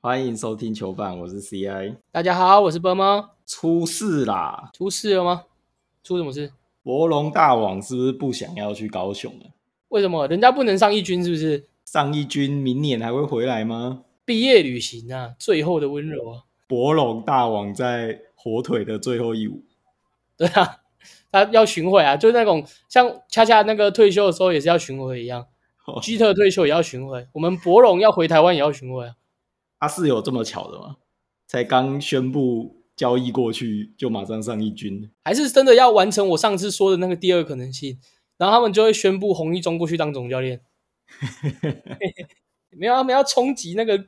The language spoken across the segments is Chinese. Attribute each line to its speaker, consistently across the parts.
Speaker 1: 欢迎收听球饭，我是 CI。
Speaker 2: 大家好，我是波猫。
Speaker 1: 出事啦！
Speaker 2: 出事了吗？出什么事？
Speaker 1: 博龙大王是不是不想要去高雄了？
Speaker 2: 为什么人家不能上一军？是不是
Speaker 1: 上一军明年还会回来吗？
Speaker 2: 毕业旅行啊？最后的温柔啊？
Speaker 1: 博龙大王在火腿的最后一舞，
Speaker 2: 对啊， 他要巡回啊，就是那种像恰恰那个退休的时候也是要巡回一样
Speaker 1: 哦。
Speaker 2: 基特退休也要巡回，我们博龙要回台湾也要巡回啊。
Speaker 1: 他、是有这么巧的吗？才刚宣布交易过去，就马上上一军，
Speaker 2: 还是真的要完成我上次说的那个第二可能性，然后他们就会宣布洪一中过去当总教练。没有，他们要冲击那个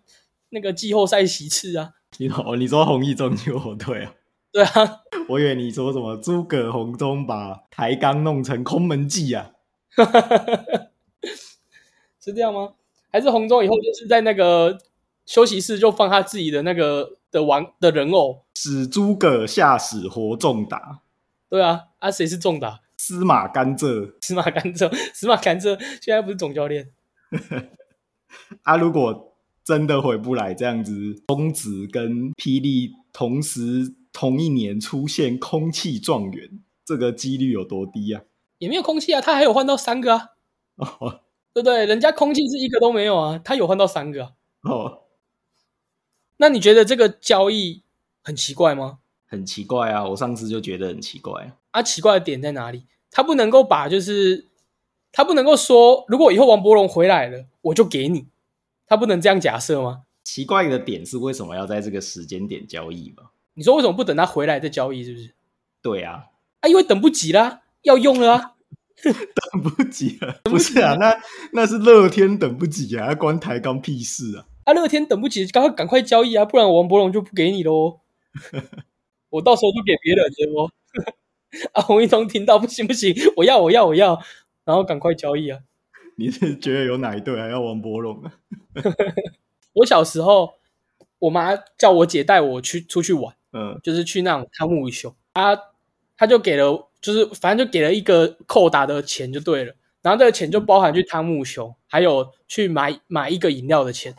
Speaker 2: 那个季后赛席次啊！
Speaker 1: 你哦，你说红一中就火腿啊？
Speaker 2: 对啊，
Speaker 1: 我以为你说什么诸葛红中把台钢弄成空门计啊？
Speaker 2: 是这样吗？还是洪忠以后就是在那个休息室就放他自己的那个的玩的人偶？
Speaker 1: 使诸葛下使活仲达，
Speaker 2: 对啊，啊 谁是重打？
Speaker 1: 司马甘蔗
Speaker 2: 司马甘蔗，司马甘蔗现在不是总教练，
Speaker 1: 啊，如果真的回不来，这样子，中职跟霹雳同时同一年出现空气状元，这个几率有多低啊？
Speaker 2: 也没有空气啊，他还有换到三个啊，
Speaker 1: 哦
Speaker 2: 对不对？人家空气是一个都没有啊，他有换到三个啊。
Speaker 1: 哦，
Speaker 2: 那你觉得这个交易很奇怪吗？
Speaker 1: 很奇怪啊！我上次就觉得很奇怪，
Speaker 2: 啊，奇怪的点在哪里？他不能够把就是他不能够说，如果以后王伯龙回来了，我就给你，他不能这样假设吗？
Speaker 1: 奇怪的点是为什么要在这个时间点交易吧？
Speaker 2: 你说为什么不等他回来再交易？是不是？
Speaker 1: 对啊，
Speaker 2: 啊，因为等不及啦，要用了啊。
Speaker 1: 等不及了，不是啊？那那是乐天等不及啊，关台钢屁事啊！
Speaker 2: 啊，乐天等不及，赶快赶快交易啊，不然我王伯龙就不给你喽。我到时候就给别人了哦。 啊，洪一中听到不行不行，我要我要我要，然后赶快交易啊。
Speaker 1: 你是觉得有哪一队还要王博龙啊？
Speaker 2: 我小时候，我妈叫我姐带我去出去玩，
Speaker 1: 嗯，
Speaker 2: 就是去那种汤姆与熊，她她就给了，就是反正就给了一个扣打的钱就对了，然后这个钱就包含去汤姆熊，还有去买买一个饮料的钱。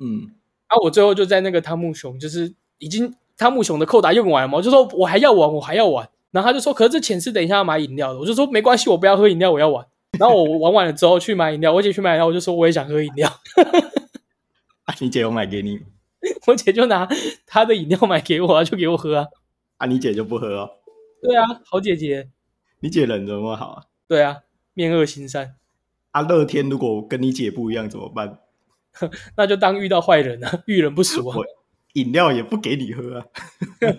Speaker 1: 嗯，
Speaker 2: 啊，我最后就在那个汤姆熊，就是已经汤姆熊的扣打用完了嘛，我就说我还要玩，我还要玩。然后他就说，可是这钱是等一下要买饮料的。我就说没关系，我不要喝饮料，我要玩。然后我玩完了之后去买饮料，我姐去买饮料，我就说我也想喝饮料。
Speaker 1: 啊，你姐有买给你
Speaker 2: 我姐就拿她的饮料买给我啊，就给我喝啊。
Speaker 1: 啊？你姐就不喝哦？
Speaker 2: 对啊，好姐姐，
Speaker 1: 你姐人怎么好啊？
Speaker 2: 对啊，面恶心善，
Speaker 1: 啊，乐天如果跟你姐不一样怎么办？
Speaker 2: 那就当遇到坏人啊，遇人不淑啊
Speaker 1: 我，饮料也不给你喝啊！
Speaker 2: 对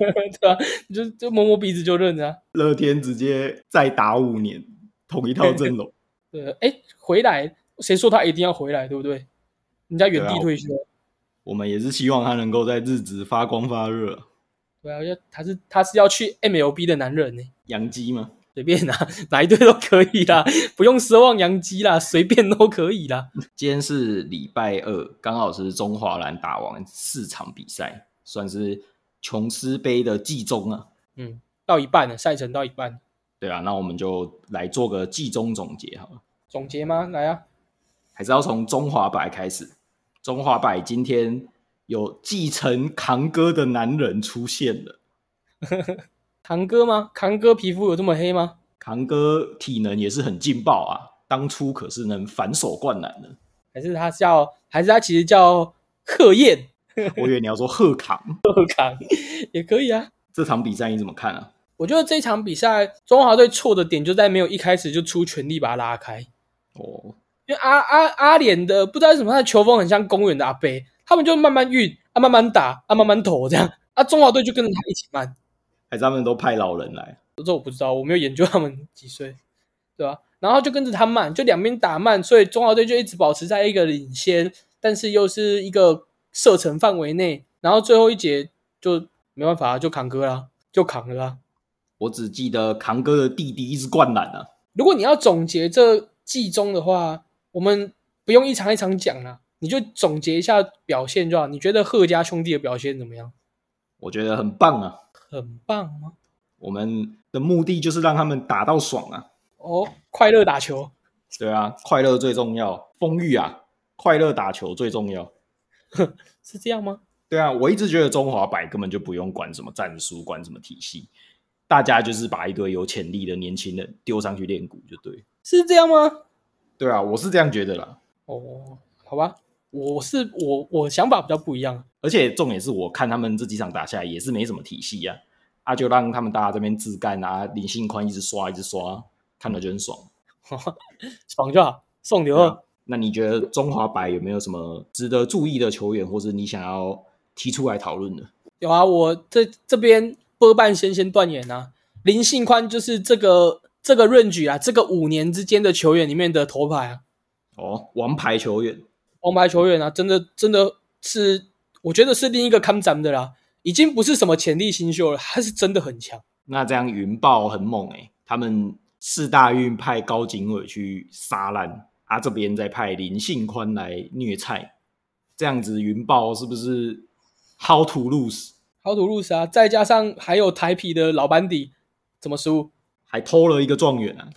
Speaker 2: 啊，你就就摸摸鼻子就认啊。
Speaker 1: 乐天直接再打五年，同一套阵 容。
Speaker 2: 对，哎，回来，谁说他一定要回来，对不对？人家原
Speaker 1: 对啊
Speaker 2: 地退休。
Speaker 1: 我们也是希望他能够在日职发光发热啊。
Speaker 2: 对啊，要他是他是要去 MLB 的男人呢、
Speaker 1: 杨基吗？
Speaker 2: 随便啦，哪一队都可以啦，不用奢望洋基啦，随便都可以啦。
Speaker 1: 今天是礼拜二，刚好是中华蓝打完四场比赛，算是琼斯杯的季中啊。
Speaker 2: 嗯，到一半了，赛程到一半，
Speaker 1: 对啊，那我们就来做个季中总结好了。
Speaker 2: 总结吗？来啊，
Speaker 1: 还是要从中华白开始。中华白今天有继承扛哥的男人出现了，
Speaker 2: 堂哥吗？堂哥皮肤有这么黑吗？
Speaker 1: 扛哥体能也是很劲爆啊，当初可是能反手灌篮的。
Speaker 2: 还是他叫，还是他其实叫贺燕
Speaker 1: 我以为你要说贺扛，
Speaker 2: 也可以啊。
Speaker 1: 这场比赛你怎么看啊？
Speaker 2: 我觉得这场比赛中华队错的点就在没有一开始就出全力把他拉开，
Speaker 1: 哦，
Speaker 2: 因为阿阿阿联的不知道为什么他的球风很像公园的阿贝，他们就慢慢运啊，慢慢打啊，慢慢投这样啊，中华队就跟着他一起慢。
Speaker 1: 还是他们都派老人来？
Speaker 2: 这我不知道，我没有研究他们几岁，对吧、然后就跟着他慢，就两边打慢，所以中华队就一直保持在一个领先，但是又是一个射程范围内。然后最后一节就没办法，就扛哥啦，就扛了啦。
Speaker 1: 我只记得扛哥的弟弟一直灌篮啊，
Speaker 2: 如果你要总结这季中的话，我们不用一场一场讲啦，你就总结一下表现就好。你觉得贺家兄弟的表现怎么样？
Speaker 1: 我觉得很棒啊。
Speaker 2: 很棒吗？
Speaker 1: 我们的目的就是让他们打到爽啊，
Speaker 2: 哦，快乐打球，
Speaker 1: 对啊，快乐最重要，丰裕啊，快乐打球最重要。
Speaker 2: 是这样吗？
Speaker 1: 对啊，我一直觉得中华白根本就不用管什么战术，管什么体系，大家就是把一堆有潜力的年轻人丢上去练鼓就对。
Speaker 2: 是这样吗？
Speaker 1: 对啊，我是这样觉得啦。
Speaker 2: 哦，好吧，我是我我想法比较不一样。
Speaker 1: 而且重点是我看他们这几场打下来也是没什么体系啊，啊就让他们大家这边自干啊，林信宽一直刷一直刷，看了就很爽。
Speaker 2: 爽就好，送刘
Speaker 1: 对
Speaker 2: 二
Speaker 1: 啊。那你觉得中华白有没有什么值得注意的球员，或是你想要提出来讨论的？
Speaker 2: 有啊，我这这边波半先先断言啊，林信宽就是这个这个 range 啊，这个五年之间的球员里面的头牌啊，
Speaker 1: 哦，王牌球员，
Speaker 2: 王牌球员啊，真的真的是，我觉得是另一个看咱们的啦，已经不是什么潜力新秀了，他是真的很强。
Speaker 1: 那这样云豹很猛诶、他们四大运派高景伟去杀烂，啊这边再派林信宽来虐菜，这样子云豹是不是 how to lose？
Speaker 2: 好土路斯啊，再加上还有台皮的老班底，怎么输？
Speaker 1: 还偷了一个状元啊！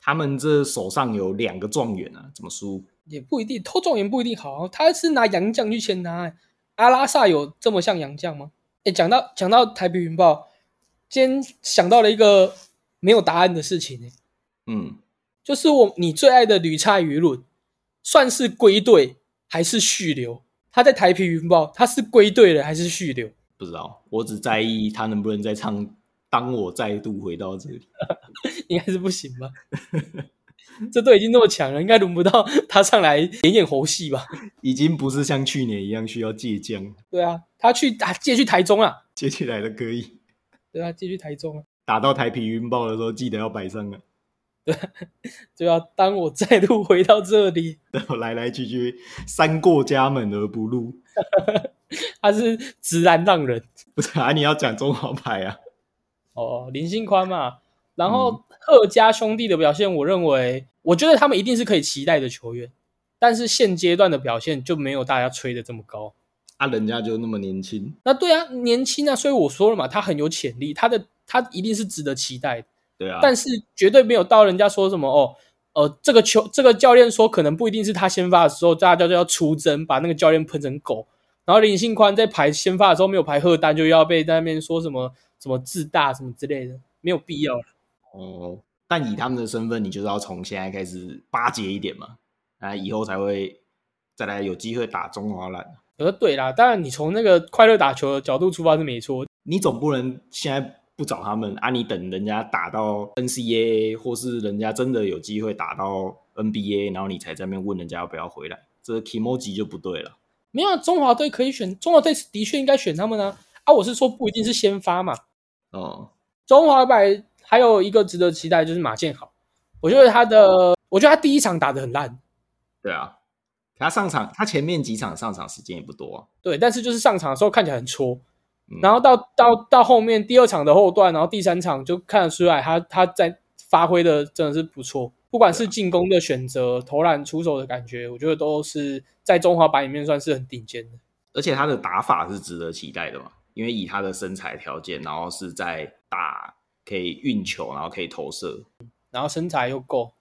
Speaker 1: 他们这手上有两个状元啊，怎么输？
Speaker 2: 也不一定，偷状元不一定好，他是拿洋将去签他、欸。阿拉萨有这么像洋将吗？哎、讲到讲到台北云豹，今天想到了一个没有答案的事情、欸，
Speaker 1: 嗯，
Speaker 2: 就是我你最爱的吕差舆论，算是归队还是续留？他在台北云豹，他是归队了还是续留？
Speaker 1: 不知道，我只在意他能不能再唱《当我再度回到这里》。
Speaker 2: 应该是不行吧？ 这队已经那么强了，应该轮不到他上来演演猴戏吧？
Speaker 1: 已经不是像去年一样需要借将，
Speaker 2: 对啊，他去啊借去台中啊，
Speaker 1: 接起来的可以
Speaker 2: 对啊，借去台中啊。
Speaker 1: 打到台皮云豹的时候，记得要摆上啊。
Speaker 2: 就要当我再度回到这里，
Speaker 1: 然后 来来去去，三过家门而不入。
Speaker 2: 他是直男浪人
Speaker 1: 不是啊，你要讲中华牌啊？
Speaker 2: 哦，林信宽嘛。然后贺家兄弟的表现，我认为，我觉得他们一定是可以期待的球员，但是现阶段的表现就没有大家吹的这么高。
Speaker 1: 啊，人家就那么年轻，
Speaker 2: 那对啊，年轻啊，所以我说了嘛，他很有潜力，他的他一定是值得期待的，
Speaker 1: 对啊。
Speaker 2: 但是绝对没有到人家说什么哦。呃，这个球，这个教练说可能不一定是他先发的时候，大家就要出征，把那个教练喷成狗。然后林信宽在排先发的时候没有排贺丹，就要被在那边说什么什么自大什么之类的，没有必要啦。
Speaker 1: 哦，但以他们的身份，你就是要从现在开始巴结一点嘛，啊，以后才会再来有机会打中华篮。
Speaker 2: 我说对啦，当然你从那个快乐打球的角度出发是没错，
Speaker 1: 你总不能现在不找他们啊，你等人家打到 NCAA 或是人家真的有机会打到 NBA，然后你才在那边问人家要不要回来，这 emoji 就不对了。
Speaker 2: 没有、啊、中华队可以选，中华队的确应该选他们啊。啊，我是说不一定是先发嘛，
Speaker 1: 哦，
Speaker 2: 中华白还有一个值得期待就是马建豪，我觉得他的，我觉得他第一场打得很烂，
Speaker 1: 对啊，他上场，他前面几场上场时间也不多、啊，
Speaker 2: 对，但是就是上场的时候看起来很戳
Speaker 1: 嗯，
Speaker 2: 然后到到到后面第二场的后段，然后第三场就看得出来他他在发挥的真的是不错，不管是进攻的选择、投篮、出手的感觉，我觉得都是在中华白里面算是很顶尖的。
Speaker 1: 而且他的打法是值得期待的嘛，因为以他的身材条件，然后是在打可以运球，然后可以投射，
Speaker 2: 然后身材又够。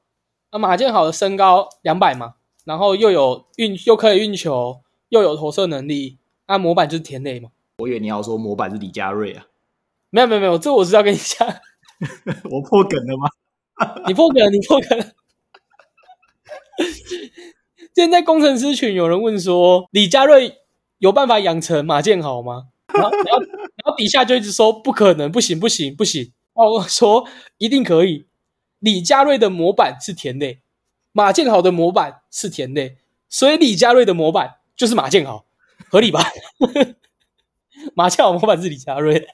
Speaker 2: 那马建豪的身高两百嘛，然后又有运又可以运球，又有投射能力，那、模板就是田磊嘛。
Speaker 1: 我以为你要说模板是李佳瑞啊，
Speaker 2: 没有没有没有，这我是要跟你讲，
Speaker 1: 我破梗了吗？
Speaker 2: 你破梗了，你破梗了。现在工程师群有人问说，李佳瑞有办法养成马建豪吗？然后然后然后底下就一直说不可能，不行不行不行。哦，我说一定可以。李佳瑞的模板是田磊，马建豪的模板是田磊，所以李佳瑞的模板就是马建豪，合理吧？ 马建豪模板是李佳瑞，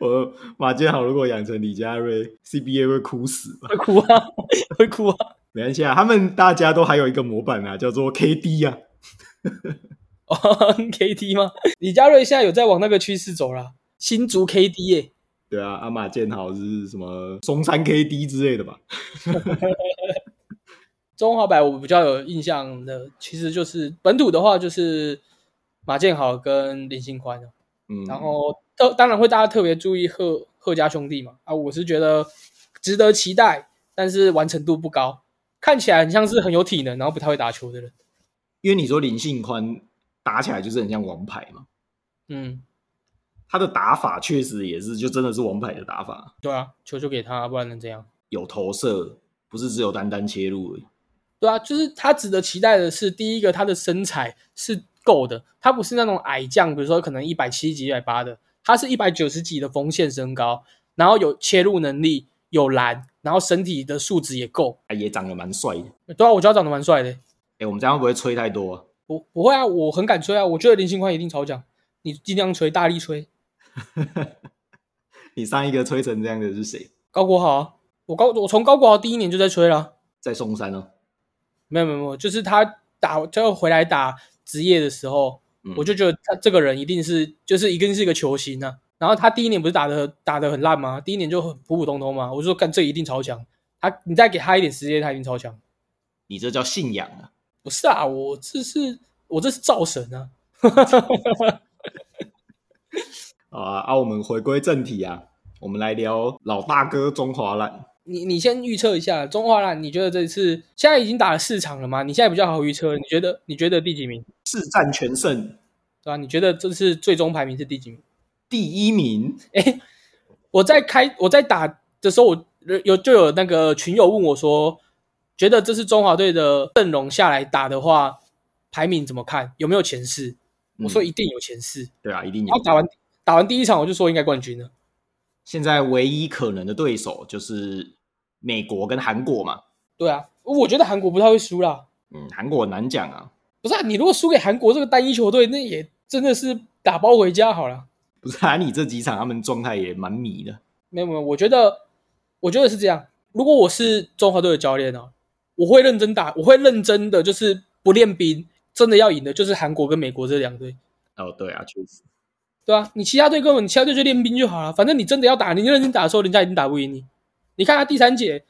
Speaker 1: 我马建豪如果养成李佳瑞，CBA 会哭死吧？
Speaker 2: 会哭啊， 会哭啊。
Speaker 1: 没关系啊，他们大家都还有一个模板啊，叫做 KD 啊。
Speaker 2: 哦 KD 吗？李佳瑞现在有在往那个趋势走啦，新竹 KD 耶、
Speaker 1: 对啊，阿马建豪是什么松山 KD 之类的吧？
Speaker 2: 中华白我比较有印象的，其实就是本土的话就是马建豪跟林信宽啊
Speaker 1: 嗯，
Speaker 2: 然后特当然会大家特别注意贺贺家兄弟嘛啊，我是觉得值得期待，但是完成度不高，看起来很像是很有体能，然后不太会打球的人。
Speaker 1: 因为你说林信宽打起来就是很像王牌嘛。
Speaker 2: 嗯，
Speaker 1: 他的打法确实也是，就真的是王牌的打法，
Speaker 2: 对啊，球就给他，不然能怎样？
Speaker 1: 有投射，不是只有单单切入而已。
Speaker 2: 对啊，就是他值得期待的是，第一个他的身材是够的，他不是那种矮将，比如说可能一百七几、一百八的，他是一百九十几的锋线身高，然后有切入能力，有篮，然后身体的素质也够。
Speaker 1: 哎，也长得蛮帅的。
Speaker 2: 对啊，我觉得他长得蛮帅的。
Speaker 1: 哎，我们这样会不会吹太多啊、
Speaker 2: 不不会啊，我很敢吹啊，我觉得林信宽一定超奖，你尽量吹，大力吹，
Speaker 1: 你上一个吹成这样的是谁？
Speaker 2: 高国豪、啊，我高我从高国豪第一年就在吹了，啊
Speaker 1: 在松山哦。
Speaker 2: 没有没有没有，就是他打他要回来打职业的时候，
Speaker 1: 嗯
Speaker 2: 我就觉得他这个人一定是就是一定是一个球星啊。然后他第一年不是打的打的很烂吗？第一年就很普普通通嘛，我就说干这一定超强，他你再给他一点时间，他一定超强。
Speaker 1: 你这叫信仰啊！
Speaker 2: 不是啊，我这是我这是造神啊，
Speaker 1: 好啊，啊，我们回归正题啊，我们来聊老大哥中华蓝。
Speaker 2: 你你先预测一下中华烂，你觉得这次现在已经打了四场了吗？你现在比较好预测，你觉得你觉得第几名？
Speaker 1: 四战全胜，
Speaker 2: 对吧、你觉得这次最终排名是第几名？
Speaker 1: 第一名。
Speaker 2: 哎，我在开我在打的时候，我有就有那个群友问我说，觉得这次中华队的阵容下来打的话，排名怎么看？有没有前四？我说哦
Speaker 1: 嗯
Speaker 2: 一定有前四。
Speaker 1: 对啊，一定有
Speaker 2: 然后。打完打完第一场，我就说应该冠军了。
Speaker 1: 现在唯一可能的对手就是美国跟韩国嘛。
Speaker 2: 对啊，我觉得韩国不太会输啦。
Speaker 1: 嗯，韩国很难讲啊，
Speaker 2: 不是、啊、你如果输给韩国这个单一球队，那也真的是打包回家好了。
Speaker 1: 不是啊，你这几场他们状态也蛮迷的。
Speaker 2: 没有没有，我觉得我觉得是这样。如果我是中华队的教练哦、我会认真打，我会认真的，就是不练兵，真的要赢的就是韩国跟美国这两队，
Speaker 1: 哦，对啊，确实。
Speaker 2: 对吧、你其他队根本你其他队就练兵就好了，反正你真的要打，你认真打的时候，人家已经打不赢你。你看他第三节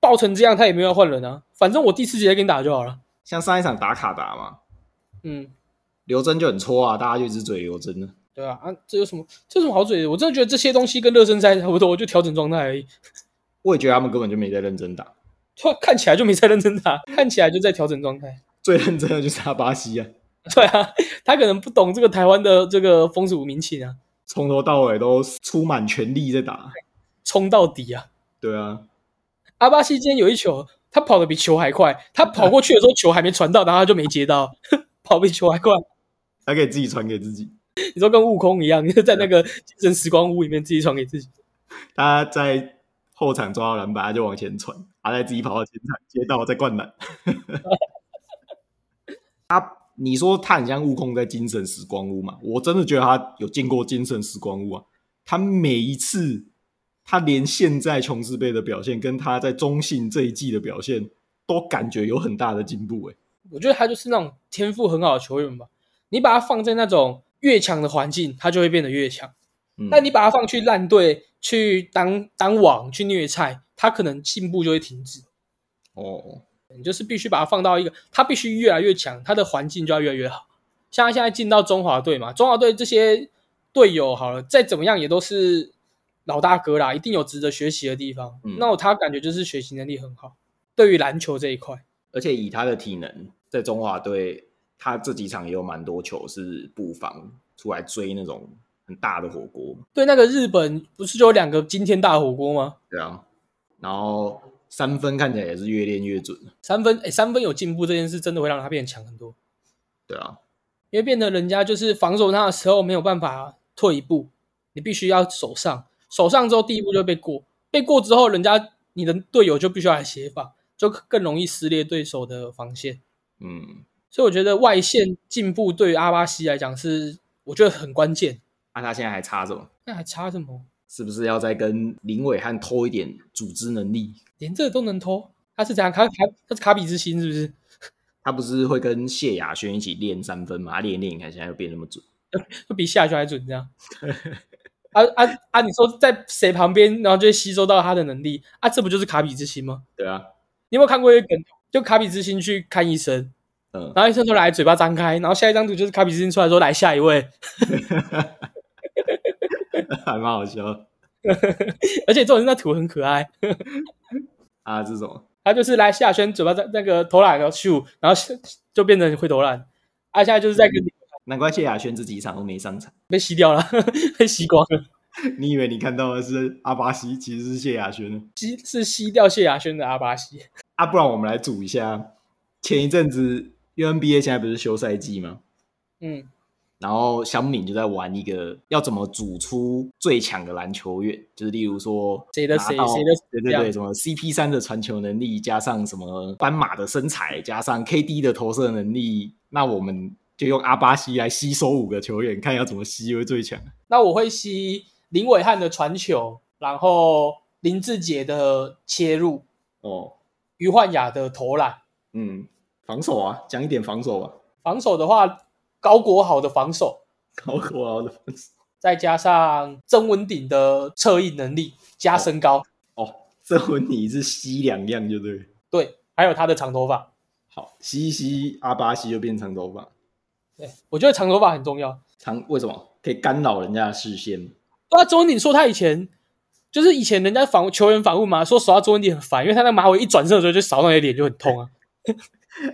Speaker 2: 爆成这样，他也没有要换人啊，反正我第四节再给你打就好了。
Speaker 1: 像上一场打卡达嘛，
Speaker 2: 嗯，
Speaker 1: 刘真就很戳啊，大家就一直嘴刘真呢。
Speaker 2: 对吧、啊？这有什么这有什么好嘴的？我真的觉得这些东西跟热身赛差不多，就调整状态而已。
Speaker 1: 我也觉得他们根本就没在认真打，
Speaker 2: 就看起来就没在认真打，看起来就在调整状态。
Speaker 1: 最认真的就是他巴西啊，
Speaker 2: 对啊，他可能不懂这个台湾的这个风俗民情啊，
Speaker 1: 从头到尾都出满全力在打。
Speaker 2: 冲到底啊！
Speaker 1: 对啊，
Speaker 2: 阿巴西今天有一球，他跑得比球还快，他跑过去的时候球还没传到，然后他就没接到， 跑比球还快。
Speaker 1: 还可以自己传给自己。
Speaker 2: 你说跟悟空一样， 你就在那个精神时光屋里面自己传给自己。
Speaker 1: 他在后场抓到篮板，他就往前传，他再自己跑到前场接到再灌篮。 他，你说他很像悟空在精神时光屋嘛？我真的觉得他有进过精神时光屋啊！他每一次，他连现在琼斯杯的表现跟他在中信这一季的表现，都感觉有很大的进步、欸。
Speaker 2: 我觉得他就是那种天赋很好的球员吧，你把他放在那种越强的环境，他就会变得越强。
Speaker 1: 嗯，
Speaker 2: 但你把他放去烂队去当当网去虐菜，他可能进步就会停止。
Speaker 1: 哦，
Speaker 2: 你就是必须把它放到一个，他必须越来越强，他的环境就要越来越好。像他现在进到中华队嘛，中华队这些队友好了，再怎么样也都是老大哥啦，一定有值得学习的地方。
Speaker 1: 嗯
Speaker 2: 那我他感觉就是学习能力很好，对于篮球这一块，
Speaker 1: 而且以他的体能，在中华队，他这几场也有蛮多球是布防出来追那种很大的火锅。
Speaker 2: 对那个日本不是就有两个惊天大火锅吗？
Speaker 1: 对啊，然后三分看起来也是越练越准。
Speaker 2: 三分，哎，三分有进步这件事真的会让他变强很多，
Speaker 1: 对啊，
Speaker 2: 因为变得人家就是防守他的时候没有办法退一步，你必须要守上，守上之后第一步就被过，被过之后人家你的队友就必须要来协防，就更容易撕裂对手的防线。
Speaker 1: 嗯，
Speaker 2: 所以我觉得外线进步对于阿巴西来讲是我觉得很关键。
Speaker 1: 那、啊他现在还差什么？
Speaker 2: 那还差什么？
Speaker 1: 是不是要再跟林伟汉偷一点组织能力？
Speaker 2: 连这都能偷？他是怎样？卡卡他是卡比之心是不是？
Speaker 1: 他不是会跟谢雅轩一起练三分吗？他啊练一练，你看现在又变那么准。
Speaker 2: 就比下球还准这样？啊啊啊！你说在谁旁边，然后就会吸收到他的能力啊？这不就是卡比之心吗？
Speaker 1: 对啊，
Speaker 2: 你有没有看过一个梗？就卡比之心去看医生，
Speaker 1: 嗯，
Speaker 2: 然后医生说来，嘴巴张开，然后下一张图就是卡比之心出来说来下一位，
Speaker 1: 还蛮好笑的
Speaker 2: 而且重点是那图很可爱，
Speaker 1: 啊。这种
Speaker 2: 他就是来夏轩嘴巴张那个投篮然后咻，然后就变成会投篮，啊，现在就是在跟你
Speaker 1: 难怪谢亚轩这几场都没上场。
Speaker 2: 被吸掉了， 被吸光了，
Speaker 1: 你以为你看到的是阿巴西，其实是谢亚轩呢
Speaker 2: 吸是吸掉谢亚轩的阿巴西。
Speaker 1: 啊？不然我们来组一下，前一阵子 UNBA 现在不是休赛季吗？
Speaker 2: 嗯，
Speaker 1: 然后小敏就在玩一个要怎么组出最强的篮球员，就是例如说
Speaker 2: 谁的谁
Speaker 1: 拿到
Speaker 2: 谁的谁
Speaker 1: 对
Speaker 2: 这
Speaker 1: 对
Speaker 2: 样
Speaker 1: 对，什么 CP 三的传球能力，加上什么斑马的身材，加上 KD 的投射能力，那我们就用阿巴西来吸收五个球员，看要怎么吸会最强。
Speaker 2: 那我会吸林伟汉的传球，然后林志杰的切入，
Speaker 1: 哦，
Speaker 2: 于焕雅的投篮。
Speaker 1: 嗯，防守啊，讲一点防守啊，
Speaker 2: 防守的话，高国豪的防守，
Speaker 1: 高国豪的防守。
Speaker 2: 再加上曾文鼎的策应能力加身高，
Speaker 1: 哦，这回你是吸两样就对了。
Speaker 2: 对，还有他的长头发。
Speaker 1: 好，吸一吸阿巴西就变长头发，
Speaker 2: 对，我觉得长头发很重要。
Speaker 1: 长为什么可以干扰人家的视线吗？
Speaker 2: 那周文鼎说他以前就是以前人家访球员访问嘛，说手到周文鼎很烦，因为他那马尾一转身的时候就扫到你的脸就很痛啊。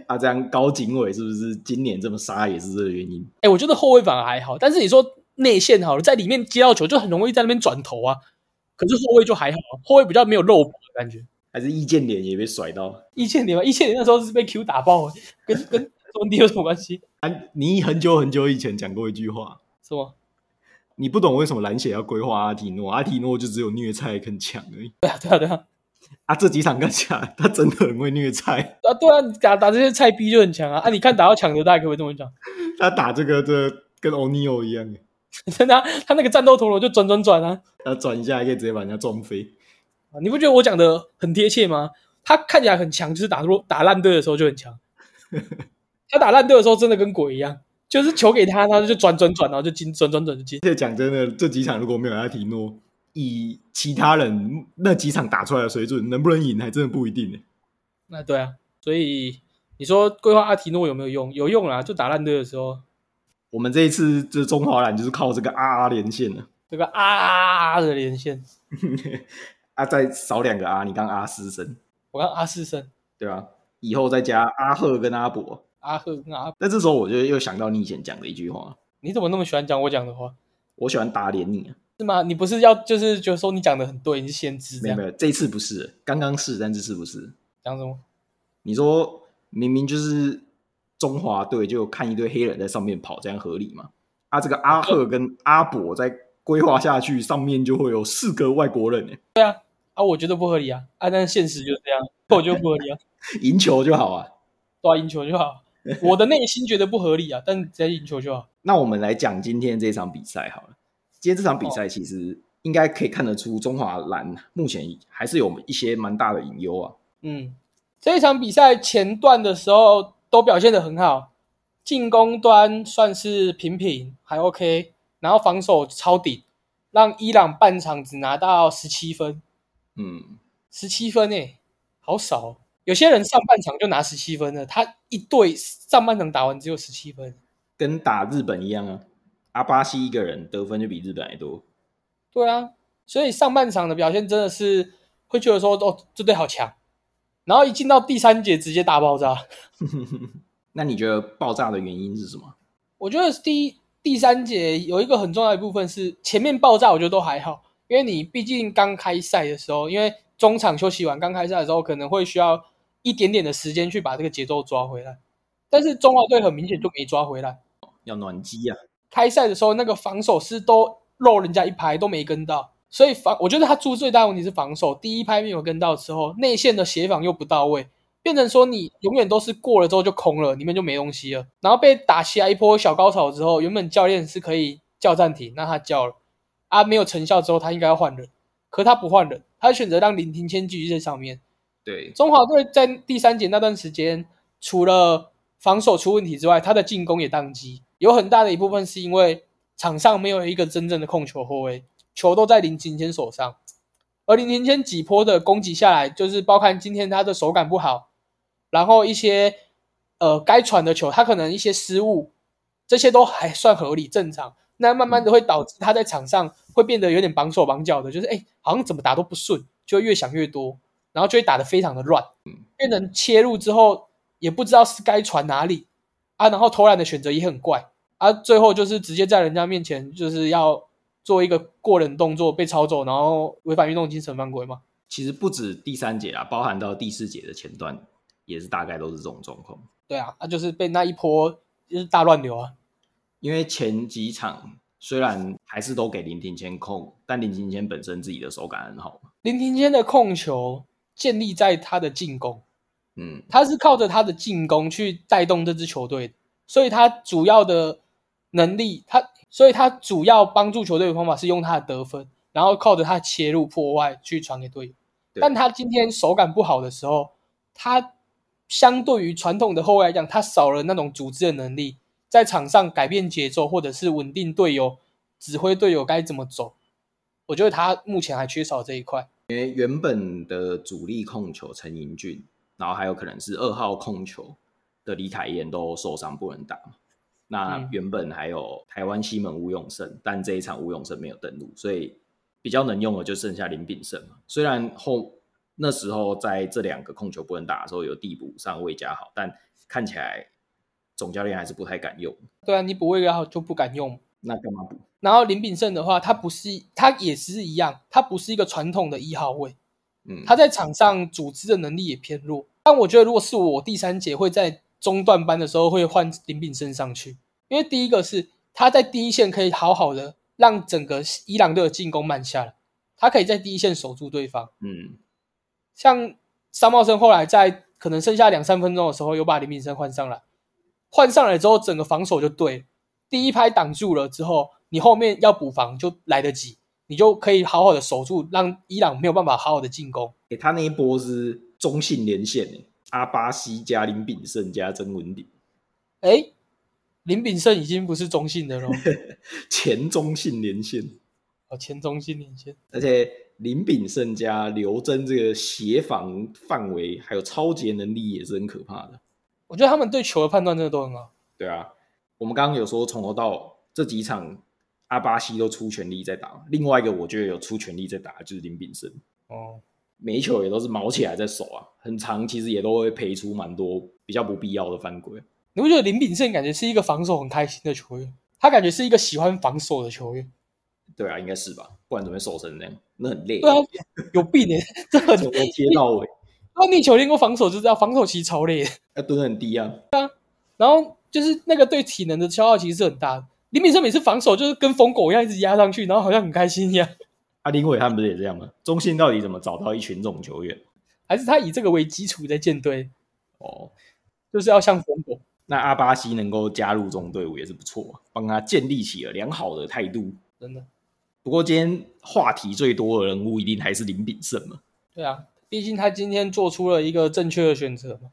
Speaker 1: 啊，这样高景伟是不是今年这么杀也是这个原因？
Speaker 2: 哎、我觉得后卫反而还好，但是你说内线好了，在里面接到球就很容易在那边转头啊。可是后卫就还好啊，后卫比较没有肉搏的感觉。
Speaker 1: 还是易建联也被甩到？
Speaker 2: 易建联嘛，易建联那时候是被 Q 打爆的，跟跟周文鼎有什么关系？
Speaker 1: 啊，你很久很久以前讲过一句话，
Speaker 2: 是吗？
Speaker 1: 你不懂为什么篮协要规划阿提诺，阿提诺就只有虐菜肯抢而已。
Speaker 2: 对啊，对啊，对啊，
Speaker 1: 啊，这几场看起来他真的很会虐菜，
Speaker 2: 啊对啊，你打打这些菜逼就很强啊。啊，你看打到抢球，大家可不可以这么讲？
Speaker 1: 他打这个这个跟欧尼尔一样，欸
Speaker 2: 真的啊、他那个战斗陀螺就转转转啊！
Speaker 1: 他转一下还可以直接把人家撞飞。
Speaker 2: 啊你不觉得我讲的很贴切吗？他看起来很强，就是打弱打烂队的时候就很强。他打烂队的时候真的跟鬼一样，就是球给他，他就转转转，然后就进，转转转就进。
Speaker 1: 而且讲真的，这几场如果没有阿提诺，以其他人那几场打出来的水准，能不能赢还真的不一定呢。
Speaker 2: 那对啊，所以你说规划阿提诺有没有用？有用啦，就打烂队的时候，
Speaker 1: 我们这一次这中华篮就是靠这个啊啊连线了。
Speaker 2: 这个啊啊啊的连线，
Speaker 1: 啊，再少两个啊，你刚阿斯森
Speaker 2: 我看阿四生、
Speaker 1: 对吧？以后再加阿赫跟阿伯。
Speaker 2: 阿赫跟阿，
Speaker 1: 那这时候我就又想到你以前讲的一句话，
Speaker 2: 你怎么那么喜欢讲我讲的话？
Speaker 1: 我喜欢打脸你、啊。
Speaker 2: 是吗？你不是要就是觉得说你讲的很对，你是先知这
Speaker 1: 没有
Speaker 2: 样
Speaker 1: 没有，这次不是，刚刚是，但这次不是。
Speaker 2: 讲什么？
Speaker 1: 你说明明就是中华队，就看一堆黑人在上面跑，这样合理吗？啊，这个阿赫跟阿伯在规划下去，上面就会有四个外国人、欸，
Speaker 2: 啊，我觉得不合理啊！啊，但是现实就是这样，我觉得不合理啊，
Speaker 1: 赢球就好啊。
Speaker 2: 抓赢球就好。我的内心觉得不合理啊，但是只要赢球就好。
Speaker 1: 那我们来讲今天这场比赛好了。今天这场比赛其实应该可以看得出，中华蓝目前还是有一些蛮大的隐忧啊。
Speaker 2: 嗯，这一场比赛前段的时候都表现得很好，进攻端算是平平还 OK，然后防守超顶，让伊朗半场只拿到十七分，
Speaker 1: 嗯，
Speaker 2: 十七分诶、好少哦、有些人上半场就拿十七分了，他一队上半场打完只有十七分。
Speaker 1: 跟打日本一样啊，阿巴西一个人得分就比日本还多。
Speaker 2: 对啊，所以上半场的表现真的是会觉得说，哦，这队好强。然后一进到第三节，直接大爆炸。
Speaker 1: 那你觉得爆炸的原因是什么？
Speaker 2: 我觉得第一第三节有一个很重要的部分是前面爆炸，我觉得都还好，因为你毕竟刚开赛的时候，因为中场休息完刚开赛的时候，可能会需要一点点的时间去把这个节奏抓回来。但是中华队很明显就没抓回来，
Speaker 1: 要暖机啊，
Speaker 2: 开赛的时候那个防守是都漏人家一拍都没跟到，所以防我觉得他出最大的问题是防守，第一拍没有跟到之后，内线的协防又不到位，变成说你永远都是过了之后就空了，里面就没东西了，然后被打起来一波小高潮之后，原本教练是可以叫暂停，那他叫了啊没有成效之后，他应该要换人，可他不换人，他选择让林庭谦继续在上面。
Speaker 1: 对，
Speaker 2: 中华队在第三节那段时间，除了防守出问题之外，他的进攻也宕机，有很大的一部分是因为场上没有一个真正的控球后卫，球都在林庭谦手上。而林庭谦几波的攻击下来，就是包含今天他的手感不好，然后一些呃该传的球，他可能一些失误，这些都还算合理正常。那慢慢的会导致他在场上会变得有点绑手绑脚的，就是哎、好像怎么打都不顺，就会越想越多。然后就会打得非常的乱，变成切入之后也不知道是该传哪里啊，然后投篮的选择也很怪，啊，最后就是直接在人家面前就是要做一个过人动作被抄走，然后违反运动精神犯规嘛。
Speaker 1: 其实不止第三节啊，包含到第四节的前段也是大概都是这种状况。
Speaker 2: 对啊，他、就是被那一波就是大乱流啊。
Speaker 1: 因为前几场虽然还是都给林庭谦控，但林庭谦本身自己的手感很好，
Speaker 2: 林庭谦的控球建立在他的进攻，
Speaker 1: 嗯，
Speaker 2: 他是靠着他的进攻去带动这支球队的，所以他主要的能力，他所以他主要帮助球队的方法是用他的得分，然后靠着他切入破坏去传给队友。
Speaker 1: 对
Speaker 2: 但他今天手感不好的时候，他相对于传统的后卫来讲，他少了那种组织的能力，在场上改变节奏或者是稳定队友、指挥队友该怎么走，我觉得他目前还缺少这一块。
Speaker 1: 因为原本的主力控球陈盈俊，然后还有可能是二号控球的李凯燕都受伤不能打嘛。那
Speaker 2: 嗯
Speaker 1: 原本还有台湾西门吴永胜，但这一场吴永胜没有登陆，所以比较能用的就剩下林炳胜嘛。虽然后那时候在这两个控球不能打的时候有替补上魏家豪，但看起来总教练还是不太敢用。
Speaker 2: 对啊，你补位后就不敢用。
Speaker 1: 那干嘛补？
Speaker 2: 然后林炳胜的话，他不是他也是一样，他不是一个传统的一号位，
Speaker 1: 嗯，
Speaker 2: 他在场上组织的能力也偏弱。但我觉得，如果是我第三节会在中段班的时候会换林炳胜上去，因为第一个是他在第一线可以好好的让整个伊朗队的进攻慢下来，他可以在第一线守住对方。
Speaker 1: 嗯
Speaker 2: 像三茂生后来在可能剩下两三分钟的时候，又把林炳生换上来，换上来之后，整个防守就对了，第一拍挡住了之后，你后面要补防就来得及，你就可以好好的守住，让伊朗没有办法好好的进攻。
Speaker 1: 欸，他那一波是中信连线、欸，阿巴西加林炳胜加曾文鼎，
Speaker 2: 诶，林炳胜已经不是中性的喽，
Speaker 1: 前中信连线，
Speaker 2: 哦，前中性连线，
Speaker 1: 而且林炳胜加刘真这个协防范围还有超节能力也是很可怕的。
Speaker 2: 我觉得他们对球的判断真的都很好。
Speaker 1: 对啊，我们刚刚有说从头到这几场阿巴西都出全力在打，另外一个我觉得有出全力在打的就是林炳胜，
Speaker 2: 哦，
Speaker 1: 每一球也都是毛起来在守啊，很长其实也都会赔出蛮多比较不必要的犯规。
Speaker 2: 你不觉得林炳胜感觉是一个防守很开心的球员？他感觉是一个喜欢防守的球员。
Speaker 1: 对啊，应该是吧，不然怎么会瘦成那样？那很累、
Speaker 2: 对啊，有病诶， 这很
Speaker 1: 从头贴到尾，
Speaker 2: 那你球练过防守就知道，防守其实超累的。
Speaker 1: 要蹲很低啊。
Speaker 2: 然后就是那个对体能的消耗其实是很大的。林炳胜每次防守就是跟疯狗一样一直压上去，然后好像很开心一样。
Speaker 1: 阿林伟他们不是也这样吗？中信到底怎么找到一群这种球员？
Speaker 2: 还是他以这个为基础在建队，
Speaker 1: 哦，
Speaker 2: 就是要像疯狗。
Speaker 1: 那阿巴西能够加入中队伍也是不错、啊，帮他建立起了良好的态度。
Speaker 2: 真的，
Speaker 1: 不过今天话题最多的人物一定还是林炳胜嘛，
Speaker 2: 对啊，毕竟他今天做出了一个正确的选择嘛。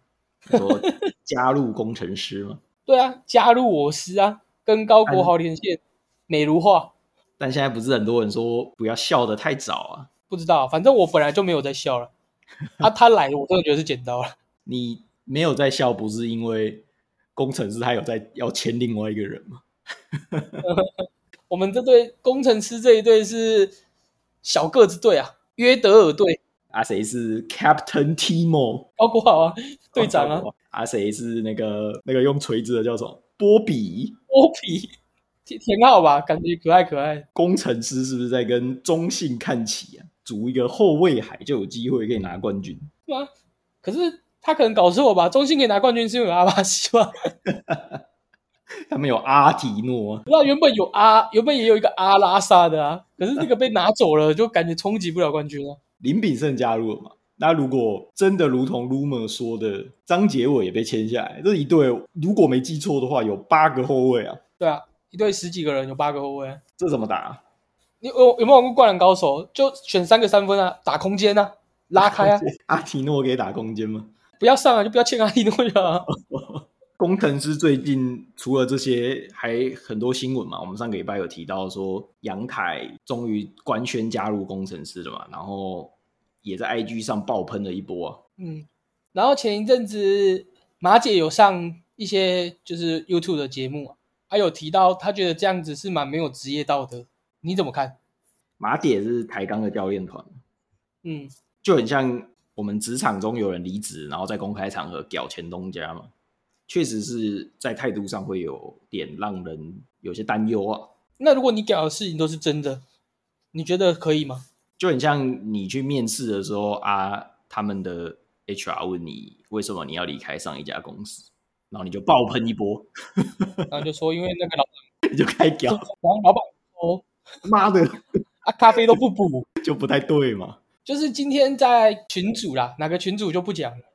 Speaker 1: 说加入工程师嘛。
Speaker 2: 对啊，加入我司啊，跟高国豪连线，美如画。
Speaker 1: 但现在不是很多人说不要笑得太早啊，
Speaker 2: 不知道，反正我本来就没有在笑了。啊，他来了，我真的觉得是捡到了。
Speaker 1: 你没有在笑，不是因为工程师他有在要签另外一个人吗？
Speaker 2: 我们这队工程师这一队是小个子队啊，约德尔队，
Speaker 1: 啊，谁是 Captain Timo
Speaker 2: 高国豪啊，队长啊，，
Speaker 1: 啊，谁是那个那个用锤子的叫什么？波比
Speaker 2: 剥皮，挺挺好吧？感觉可爱可爱。
Speaker 1: 工程师是不是在跟中信看齐啊？组一个后卫海就有机会可以拿冠军。
Speaker 2: 啊可是他可能搞错吧？中信可以拿冠军是因为有阿巴西吧？
Speaker 1: 他们有阿提诺啊，
Speaker 2: 不知道原本有阿，原本也有一个阿拉萨的啊，可是那个被拿走了，就感觉冲击不了冠军了。啊
Speaker 1: 林炳胜加入了嘛？那如果真的如同 rumor 说的，张杰伟也被签下来，这一队如果没记错的话，有八个后卫啊，
Speaker 2: 对啊，一队十几个人，有八个后卫啊。
Speaker 1: 这怎么打啊？
Speaker 2: 你有有没有玩过《灌篮高手》？就选三个三分啊，打空间啊，拉开 啊，
Speaker 1: 阿提诺给打空间吗？
Speaker 2: 不要上啊，就不要欠阿利诺就好啊。
Speaker 1: 工程师最近除了这些，还很多新闻嘛。我们上个礼拜有提到说，杨凯终于官宣加入工程师了嘛，然后也在 IG 上爆喷了一波啊。
Speaker 2: 嗯，然后前一阵子马姐有上一些就是 YouTube 的节目啊，还有提到她觉得这样子是蛮没有职业道德，你怎么看？
Speaker 1: 马铁是台钢的教练团，
Speaker 2: 嗯，
Speaker 1: 就很像我们职场中有人离职，然后在公开场合屌前东家嘛。确实是在态度上会有点让人有些担忧啊。
Speaker 2: 那如果你讲的事情都是真的，你觉得可以吗？
Speaker 1: 就很像你去面试的时候啊，他们的 HR 问你为什么你要离开上一家公司，然后你就爆喷一波，
Speaker 2: 然后就说因为那个老，
Speaker 1: 你就开屌，
Speaker 2: 然后老板说
Speaker 1: 妈的
Speaker 2: 啊，咖啡都不补，
Speaker 1: 就不太对嘛。
Speaker 2: 就是今天在群组啦，哪个群组就不讲了。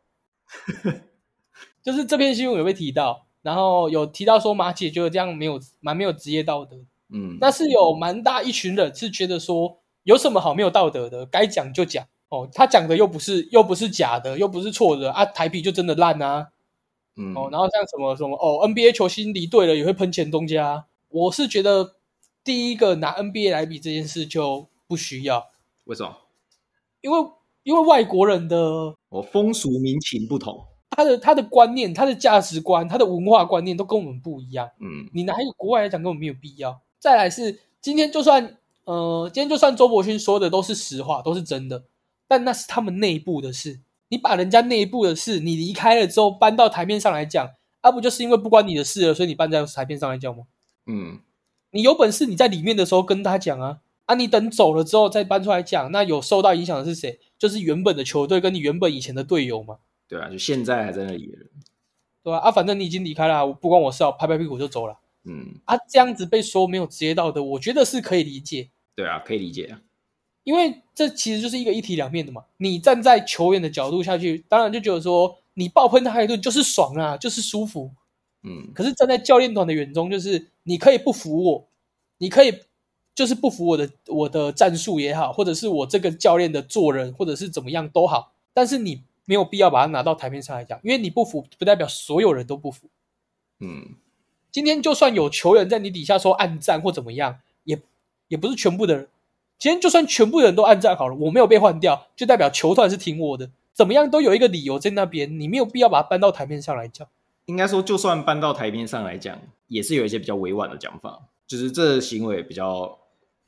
Speaker 2: 就是这篇新闻有被提到，然后有提到说马姐就这样没有蛮没有职业道德，
Speaker 1: 嗯，
Speaker 2: 那是有蛮大一群人是觉得说有什么好没有道德的，该讲就讲哦，他讲的又不是又不是假的，又不是错的啊，台币就真的烂啊，
Speaker 1: 嗯
Speaker 2: 哦，然后像什么什么哦，NBA 球星离队了也会喷钱东家啊。我是觉得第一个拿 NBA 来比这件事就不需要，
Speaker 1: 为什么？
Speaker 2: 因为因为外国人的
Speaker 1: 我风俗民情不同，
Speaker 2: 他的他的观念、他的价值观、他的文化观念都跟我们不一样。
Speaker 1: 嗯
Speaker 2: 你拿一个国外来讲根本没有必要。再来是今天就算呃，今天就算周伯勋说的都是实话，都是真的，但那是他们内部的事。你把人家内部的事，你离开了之后搬到台面上来讲，啊，不就是因为不关你的事了，所以你搬在台面上来讲吗？
Speaker 1: 嗯，
Speaker 2: 你有本事你在里面的时候跟他讲啊，啊，你等走了之后再搬出来讲，那有受到影响的是谁？就是原本的球队跟你原本以前的队友嘛，
Speaker 1: 对啊，就现在还在那里的人，
Speaker 2: 对吧、啊？反正你已经离开了啊，我不关我事啊，我拍拍屁股就走了
Speaker 1: 嗯，
Speaker 2: 啊。这样子被说没有职业道德，我觉得是可以理解。
Speaker 1: 对啊，可以理解啊，
Speaker 2: 因为这其实就是一个一体两面的嘛。你站在球员的角度下去，当然就觉得说你爆喷他一顿就是爽啊，就是舒服。
Speaker 1: 嗯
Speaker 2: 可是站在教练团的眼中，就是你可以不服我，你可以就是不服我的我的战术也好，或者是我这个教练的做人，或者是怎么样都好，但是你没有必要把它拿到台面上来讲，因为你不服不代表所有人都不服。
Speaker 1: 嗯，
Speaker 2: 今天就算有球员在你底下说暗赞或怎么样，也也不是全部的人。今天就算全部人都暗赞好了，我没有被换掉，就代表球团是挺我的，怎么样都有一个理由在那边，你没有必要把它搬到台面上来讲。
Speaker 1: 应该说，就算搬到台面上来讲，也是有一些比较委婉的讲法，就是这行为比较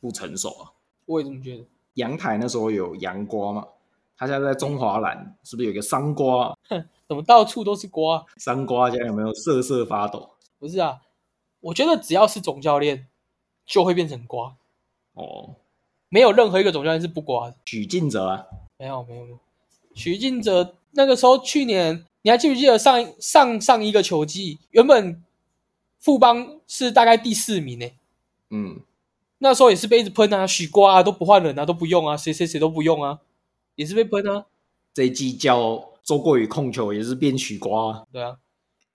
Speaker 1: 不成熟啊。
Speaker 2: 我也这么觉得。
Speaker 1: 阳台那时候有洋瓜嘛，他现在在中华蓝，是不是有一个桑瓜？
Speaker 2: 怎么到处都是瓜、
Speaker 1: 桑瓜现在有没有瑟瑟发抖？
Speaker 2: 不是啊，我觉得只要是总教练，就会变成瓜，
Speaker 1: 哦，
Speaker 2: 没有任何一个总教练是不瓜的。
Speaker 1: 许晋哲啊，
Speaker 2: 没有没有没有，许晋哲那个时候去年，你还记不记得上一上上一个球季，原本富邦是大概第四名呢、
Speaker 1: 嗯
Speaker 2: 那时候也是被一直喷啊，许瓜啊都不换人啊，都不用啊，谁谁谁都不用啊，也是被喷啊，
Speaker 1: 这一季叫周国宇控球也是变许瓜、啊，
Speaker 2: 对啊，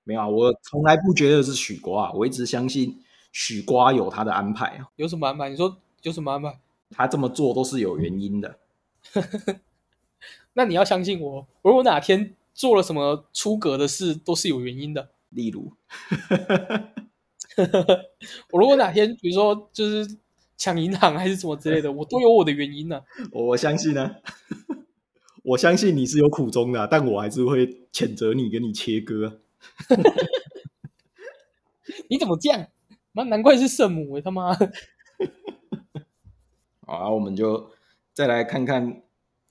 Speaker 1: 没有啊，我从来不觉得是许瓜、啊，我一直相信许瓜有他的安排啊，
Speaker 2: 有什么安排？你说有什么安排？
Speaker 1: 他这么做都是有原因的。
Speaker 2: 那你要相信我，我如果哪天做了什么出格的事，都是有原因的。
Speaker 1: 例如，
Speaker 2: 我如果哪天比如说就是抢银行还是什么之类的，我都有我的原因呢、啊
Speaker 1: 我相信呢、 我相信你是有苦衷的啊、但我还是会谴责你，跟你切割啊、
Speaker 2: 你怎么这样？妈，难怪是圣母、欸，他妈！
Speaker 1: 好，啊，我们就再来看看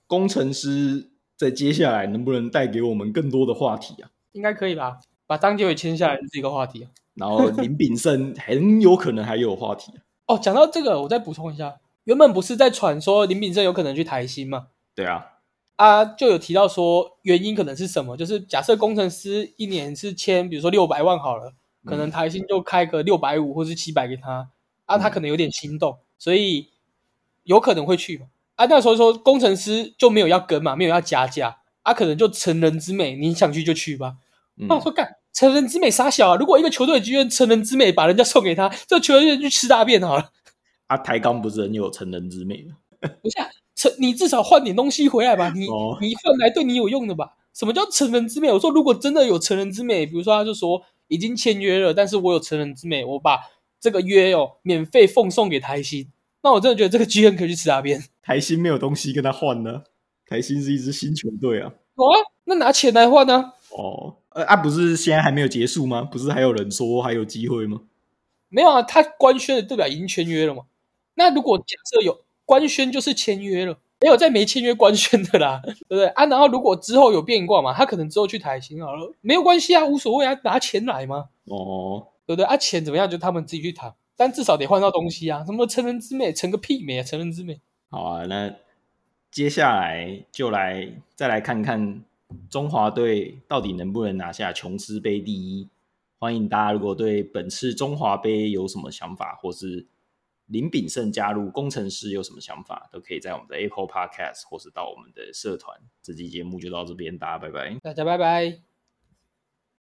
Speaker 1: 工程师在接下来能不能带给我们更多的话题啊。
Speaker 2: 应该可以吧？把张杰伟签下来是一个话题啊。
Speaker 1: 然后林炳胜很有可能还有话题啊、
Speaker 2: 哦，讲到这个，我再补充一下，原本不是在传说林炳胜有可能去台新嘛？
Speaker 1: 对啊，
Speaker 2: 啊，就有提到说原因可能是什么，就是假设工程师一年是签，比如说六百万好了，可能台新就开个六百五或是七百给他，啊，他可能有点心动，所以有可能会去嘛。啊，那时候说工程师就没有要跟嘛，没有要加价，啊，可能就成人之美，你想去就去吧。
Speaker 1: 嗯
Speaker 2: 那我说干，成人之美傻小啊！如果一个球队居然成人之美把人家送给他，这球队就去吃大便好了。
Speaker 1: 啊，台钢不是很有成人之美吗
Speaker 2: 不是、啊，成你至少换点东西回来吧，你、
Speaker 1: 哦
Speaker 2: 你换来对你有用的吧？什么叫成人之美？我说如果真的有成人之美，比如说他就说已经签约了，但是我有成人之美，我把这个约哦免费奉送给台新，那我真的觉得这个 GM 可以去吃大便。
Speaker 1: 台新没有东西跟他换呢、台新是一支新球队啊。
Speaker 2: 有啊，那拿钱来换啊？
Speaker 1: 哦，呃啊，不是现在还没有结束吗？不是还有人说还有机会吗？
Speaker 2: 没有啊，他官宣的代表已经签约了嘛。那如果假设有官宣就是签约了，没有在没签约官宣的啦， 对不对啊？然后如果之后有变卦嘛，他可能之后去台新好了，没有关系啊，无所谓啊，拿钱来嘛，
Speaker 1: 哦，
Speaker 2: 对不对啊？钱怎么样就他们自己去谈，但至少得换到东西啊，什么成人之美，成个屁美啊，成人之美。
Speaker 1: 好啊，那接下来就来再来看看中华队到底能不能拿下琼斯杯第一。欢迎大家，如果对本次中华杯有什么想法，或是林炳胜加入工程师有什么想法，都可以在我们的 Apple Podcast 或是到我们的社团。这期节目就到这边，大家拜拜。
Speaker 2: 大家拜拜。